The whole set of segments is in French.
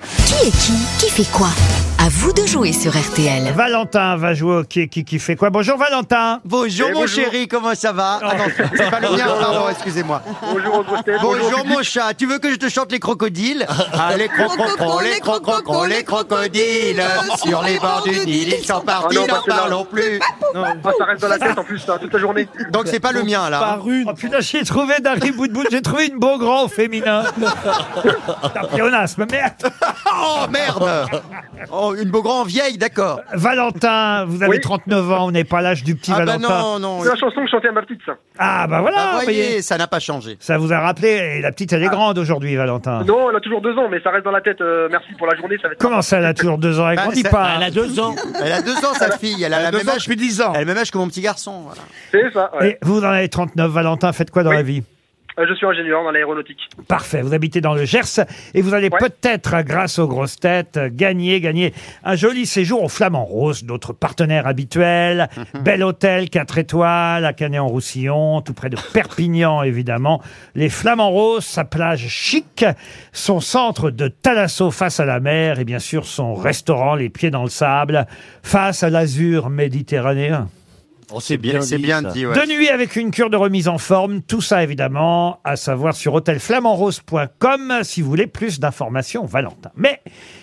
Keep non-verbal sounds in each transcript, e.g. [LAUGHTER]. Qui est qui Qui fait quoi À vous de jouer sur RTL. Valentin va jouer au qui, qui, qui fait quoi. Bonjour Valentin. Bonjour Eh, mon bonjour. chéri, comment ça va Ah non, c'est pas le mien, pardon, excusez-moi. Bonjour aux grosses têtes. Bonjour mon chat, tu veux que je te chante les crocodiles Ah, les crococons, les crococons, les crocodiles Sur les bords du Nile, ils sont partis, Ah non, n'en parce que là- parlons plus Ah, ça reste dans la tête en plus, ça, toute la journée. Donc c'est pas le mien là hein. Oh putain, j'ai trouvé Dari Boudboul, j'ai trouvé une beau grand au féminin. T'as pléonasme, mais attends. Oh merde Oh, une beau grand vieille, d'accord Valentin, vous avez Oui. 39 ans, on n'est pas l'âge du petit Ah bah Valentin. non, non C'est la chanson que je chantais à ma petite, ça. Ah bah voilà, Ah, voyez. voyez, ça n'a pas changé. Ça vous a rappelé, et la petite elle est grande aujourd'hui, Valentin. Non, elle a toujours deux ans, mais ça reste dans la tête. euh, merci pour la journée, ça va être. Comment ça, elle a toujours deux ans Elle Ah, grandit ça- pas. Elle a deux ans. Elle a deux ans sa fille, elle a la deux même ans âge depuis 10 ans. elle a le même âge que mon petit garçon. voilà. C'est ça, ouais. Et vous en avez 39, Valentin, faites quoi dans Oui. la vie Euh, Je suis ingénieur dans l'aéronautique. Parfait, vous habitez dans le Gers et vous allez Ouais. peut-être, grâce aux grosses têtes, gagner, gagner un joli séjour au Flamand Rose, notre partenaire habituel. Bel hôtel, 4 étoiles, à Canet-en-Roussillon, tout près de Perpignan, évidemment. Les Flamands Roses, sa plage chic, son centre de Thalasso face à la mer et bien sûr son restaurant, les pieds dans le sable, face à l'azur méditerranéen. c'est bien, Oh, C'est bien dit, ouais. De nuit avec une cure de remise en forme, tout ça évidemment, à savoir sur hôtelflamandrose.com si vous voulez plus d'informations, Valentin. Mais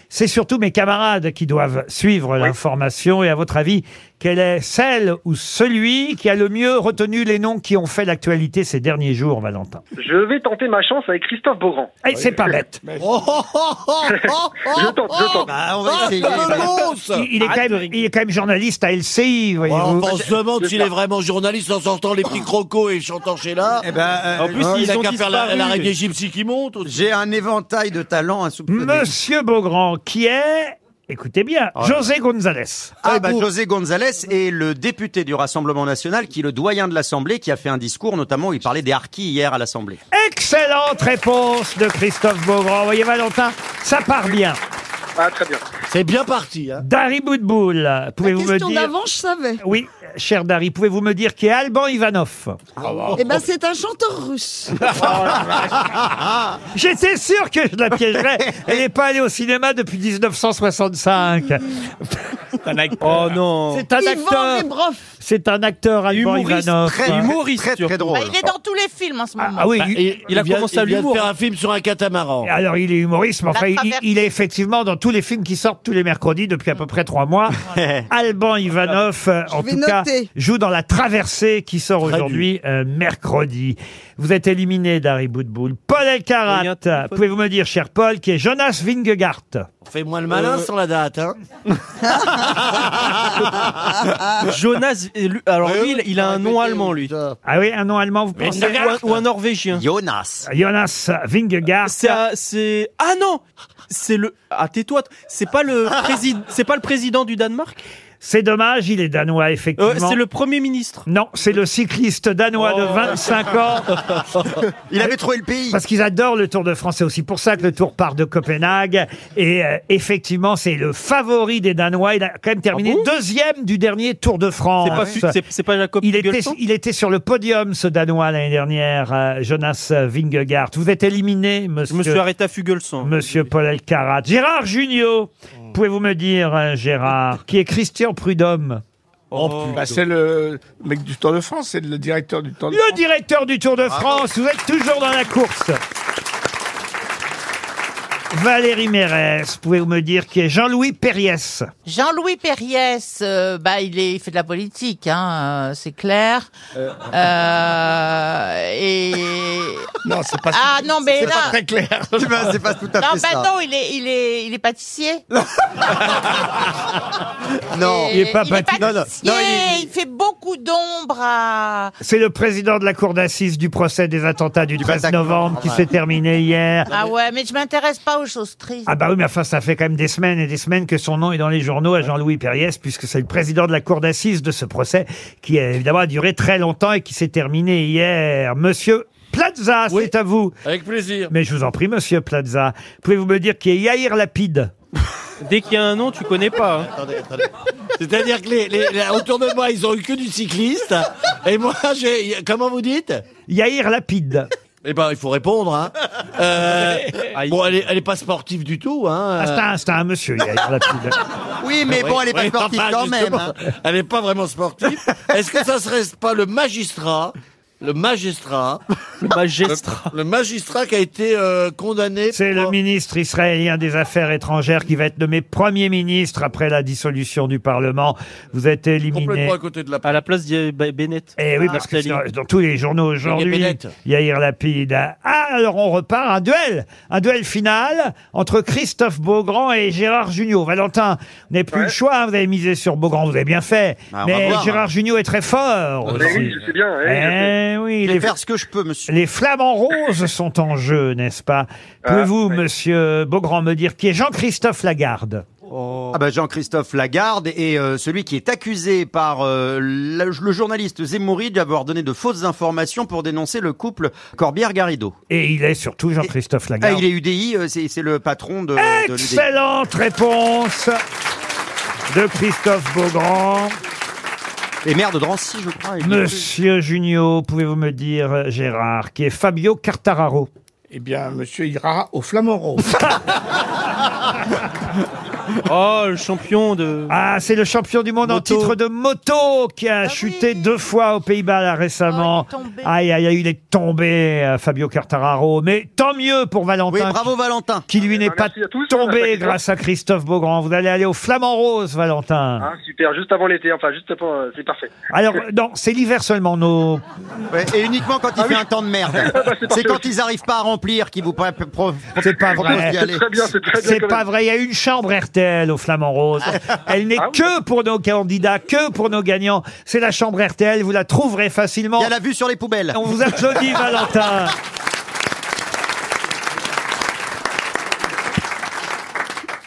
c'est surtout mes camarades qui doivent suivre l'information et à votre avis, quelle est celle ou celui qui a le mieux retenu les noms qui ont fait l'actualité ces derniers jours, Valentin Je vais tenter ma chance avec Christophe Beaugrand. Eh, c'est pas bête. Oh, oh, oh, oh, oh, Je tente, je tente. Ah, Bah, on va essayer. Il, il est quand même, il est quand même journaliste à LCI, voyez-vous. on se demande s'il est vraiment journaliste en sortant les petits crocos et chantant chez là. Eh ben, euh, En plus, il a qu'à faire la- l'araignée gypsy qui monte. aussi. J'ai un éventail de talents à soupçonner. Monsieur Beaugrand, qui est, écoutez bien, José González. Ah, bah, José González est le député du Rassemblement National, qui est le doyen de l'Assemblée, qui a fait un discours, notamment où il parlait des harkis hier à l'Assemblée. Excellente réponse de Christophe Beaugrand. Vous voyez, Valentin, ça part bien. Ah, très bien. C'est bien parti. Hein. Dari Boudboul, pouvez-vous me Question dire. d'avant, je savais. Oui, cher Dari, pouvez-vous me dire qui est Alban Ivanov Eh ben, c'est un chanteur russe. J'étais sûr que je la piégerais. [LAUGHS] Elle n'est pas allée au cinéma depuis 1965. Oh non. C'est un Mmh. Ivan acteur. Rebrov. C'est un acteur, Alban Ivanov. humoriste, Très, très drôle. il est dans tous les films en ce moment. Ah oui, il- Et il a vient- commencé à il vient de l'humour, faire un film sur un catamaran. Alors, il est humoriste, mais enfin, il, traverse. il est effectivement dans tous les films qui sortent tous les mercredis depuis à peu près trois mois. [LAUGHS] Alban Ivanov, euh, en vais tout cas, noter. joue dans La Traversée qui sort Traduit. aujourd'hui, euh, mercredi. Vous êtes éliminé, Dari Boudboul. Paul Rien, Elkarat, téléphone. pouvez-vous me dire, cher Paul, qui est Jonas Vingegaard Fais-moi le malin sans la date. Hein. Jonas, et lui- alors lui, il, il a un nom allemand, lui. Ah oui, un nom allemand, vous Ou pensez un, ou un norvégien. Jonas. Jonas Vingegaard. C'est, un- c'est, ah non! C'est le, ah tais-toi, c'est pas le président, c'est pas le président du Danemark? C'est dommage, il est danois, Euh, effectivement. c'est le premier ministre. Non, c'est le cycliste danois de Oh. 25 [LAUGHS] ans. Il avait trouvé le pays. Parce qu'ils adorent le Tour de France. C'est aussi pour ça que le Tour part de Copenhague. Et euh, effectivement, c'est le favori des Danois. Il a quand même terminé deuxième du dernier Tour de France. Ah C'est pas, fu- c'est, c'est pas Jacob il était, Fuglsang il était sur le podium, ce Danois, l'année dernière, euh, Jonas Vingegaard. Vous êtes éliminé, Je monsieur, me suis arrêté à Fuglsang. monsieur Paul Elkarat. Gérard Junio, pouvez-vous me dire, euh, Gérard, qui est Christian Prudhomme Bah, c'est le mec du Tour de France, c'est le directeur du Tour de Le France. directeur du Tour de France, vous êtes toujours dans la course. Valérie Mérès, pouvez-vous me dire qui est Jean-Louis Périès Jean-Louis Perriès, euh, bah, il, est, il fait de la politique, hein, euh, c'est clair. Euh, et... Non, c'est pas, Ah non, mais c'est là... pas très clair. [LAUGHS] Eh ben, c'est pas tout à Non, fait bah ça. non, il est, il est, il est pâtissier. [LAUGHS] Non. Et il est pas pâti- non, non, pâtissier, non, il- il... fait beaucoup d'ombre à... C'est le président de la cour d'assises du procès des attentats du 13 Bataclan. Ah, novembre qui Ouais. s'est terminé hier. Ah ouais, mais je m'intéresse pas aux choses tristes. Ah bah oui, mais enfin, ça fait quand même des semaines et des semaines que son nom est dans les journaux à Jean-Louis Périès, puisque c'est le président de la cour d'assises de ce procès, qui a évidemment a duré très longtemps et qui s'est terminé hier. Monsieur Plaza, c'est à vous. Avec plaisir. Mais je vous en prie, monsieur Plaza, pouvez-vous me dire qui est Yair Lapide Dès qu'il y a un nom, tu connais pas. hein. C'est-à-dire que les, les- les- autour de moi, ils ont eu que du cycliste. Et moi, j'ai. Comment vous dites Yair Lapide. Eh ben, il faut répondre, hein. Euh, [LAUGHS] Aïe. bon, elle est, elle est pas sportive du tout, hein. Ah, c'est un- c'est un, monsieur, Yair Lapide. Oui, mais bon, elle est pas Ouais, sportive Ah enfin, quand même. justement, hein. Elle n'est pas vraiment sportive. Est-ce que ça serait pas le magistrat le magistrat, Le magistrat. le magistrat qui a été euh, condamné. C'est pour- le ministre israélien des Affaires étrangères qui va être nommé Premier ministre après la dissolution du Parlement. Vous êtes éliminé. complètement à côté de la. À la place de Bennett. Eh oui, parce que Martelly. c'est dans tous les journaux aujourd'hui, Bennett. Yair Lapide. a- Ah, alors on repart, un duel, un duel final entre Christophe Beaugrand et Gérard Junior. Valentin, vous n'avez plus Ouais. le choix, hein, vous avez misé sur Beaugrand, vous avez bien fait. Bah, on va mais voir, Gérard Junior est très fort Mais hein. Ah, bah oui, aussi. je sais bien. eh, je sais. Eh oui, Je les, vais faire ce que je peux, monsieur. les flamants roses sont en jeu, n'est-ce pas Ah, Pouvez-vous, oui. monsieur Beaugrand, me dire qui est Jean-Christophe Lagarde Ah bah Jean-Christophe Lagarde est euh, celui qui est accusé par euh, la- le journaliste Zemmouri d'avoir donné de fausses informations pour dénoncer le couple Corbière-Garrido. Et il est surtout Jean-Christophe Ah, Lagarde. il est UDI, euh, c'est c'est le patron de, de l'UDI. Excellente réponse de Christophe Beaugrand. Et maire de Drancy, je crois. il est- Monsieur Junio, pouvez-vous me dire, euh, Gérard, qui est Fabio Cartararo Eh bien, monsieur ira au Flamand [LAUGHS] Rose. Oh, le champion de. Ah, c'est le champion du monde en Moto. titre de moto qui a Ah chuté oui. deux fois aux Pays-Bas là, récemment. Oh, il est tombé. aïe, aïe, aïe, il est tombé, euh, Fabio Cartararo. Mais tant mieux pour Oui, Valentin. bravo Valentin. Qui lui n'est Ah, pas merci à tous, on a pas tombé été grâce à Christophe Beaugrand. Vous allez aller au Flamand Rose, Valentin. Ah, super, juste avant l'été, enfin, juste avant, euh, c'est parfait. Alors, non, c'est l'hiver seulement, nos Ouais, et uniquement quand il fait un temps de merde. c'est parfait quand aussi. ils arrivent pas à remplir qu'ils vous pré- pro- pro- C'est pas proposent vrai. d'y C'est aller. Très bien, c'est très bien. C'est quand pas même. vrai, il y a une chambre RTL au Flamand Rose. Elle n'est Ah oui. que pour nos candidats, que pour nos gagnants. C'est la chambre RTL, vous la trouverez facilement. Il y a la vue sur les poubelles. On vous applaudit, Valentin.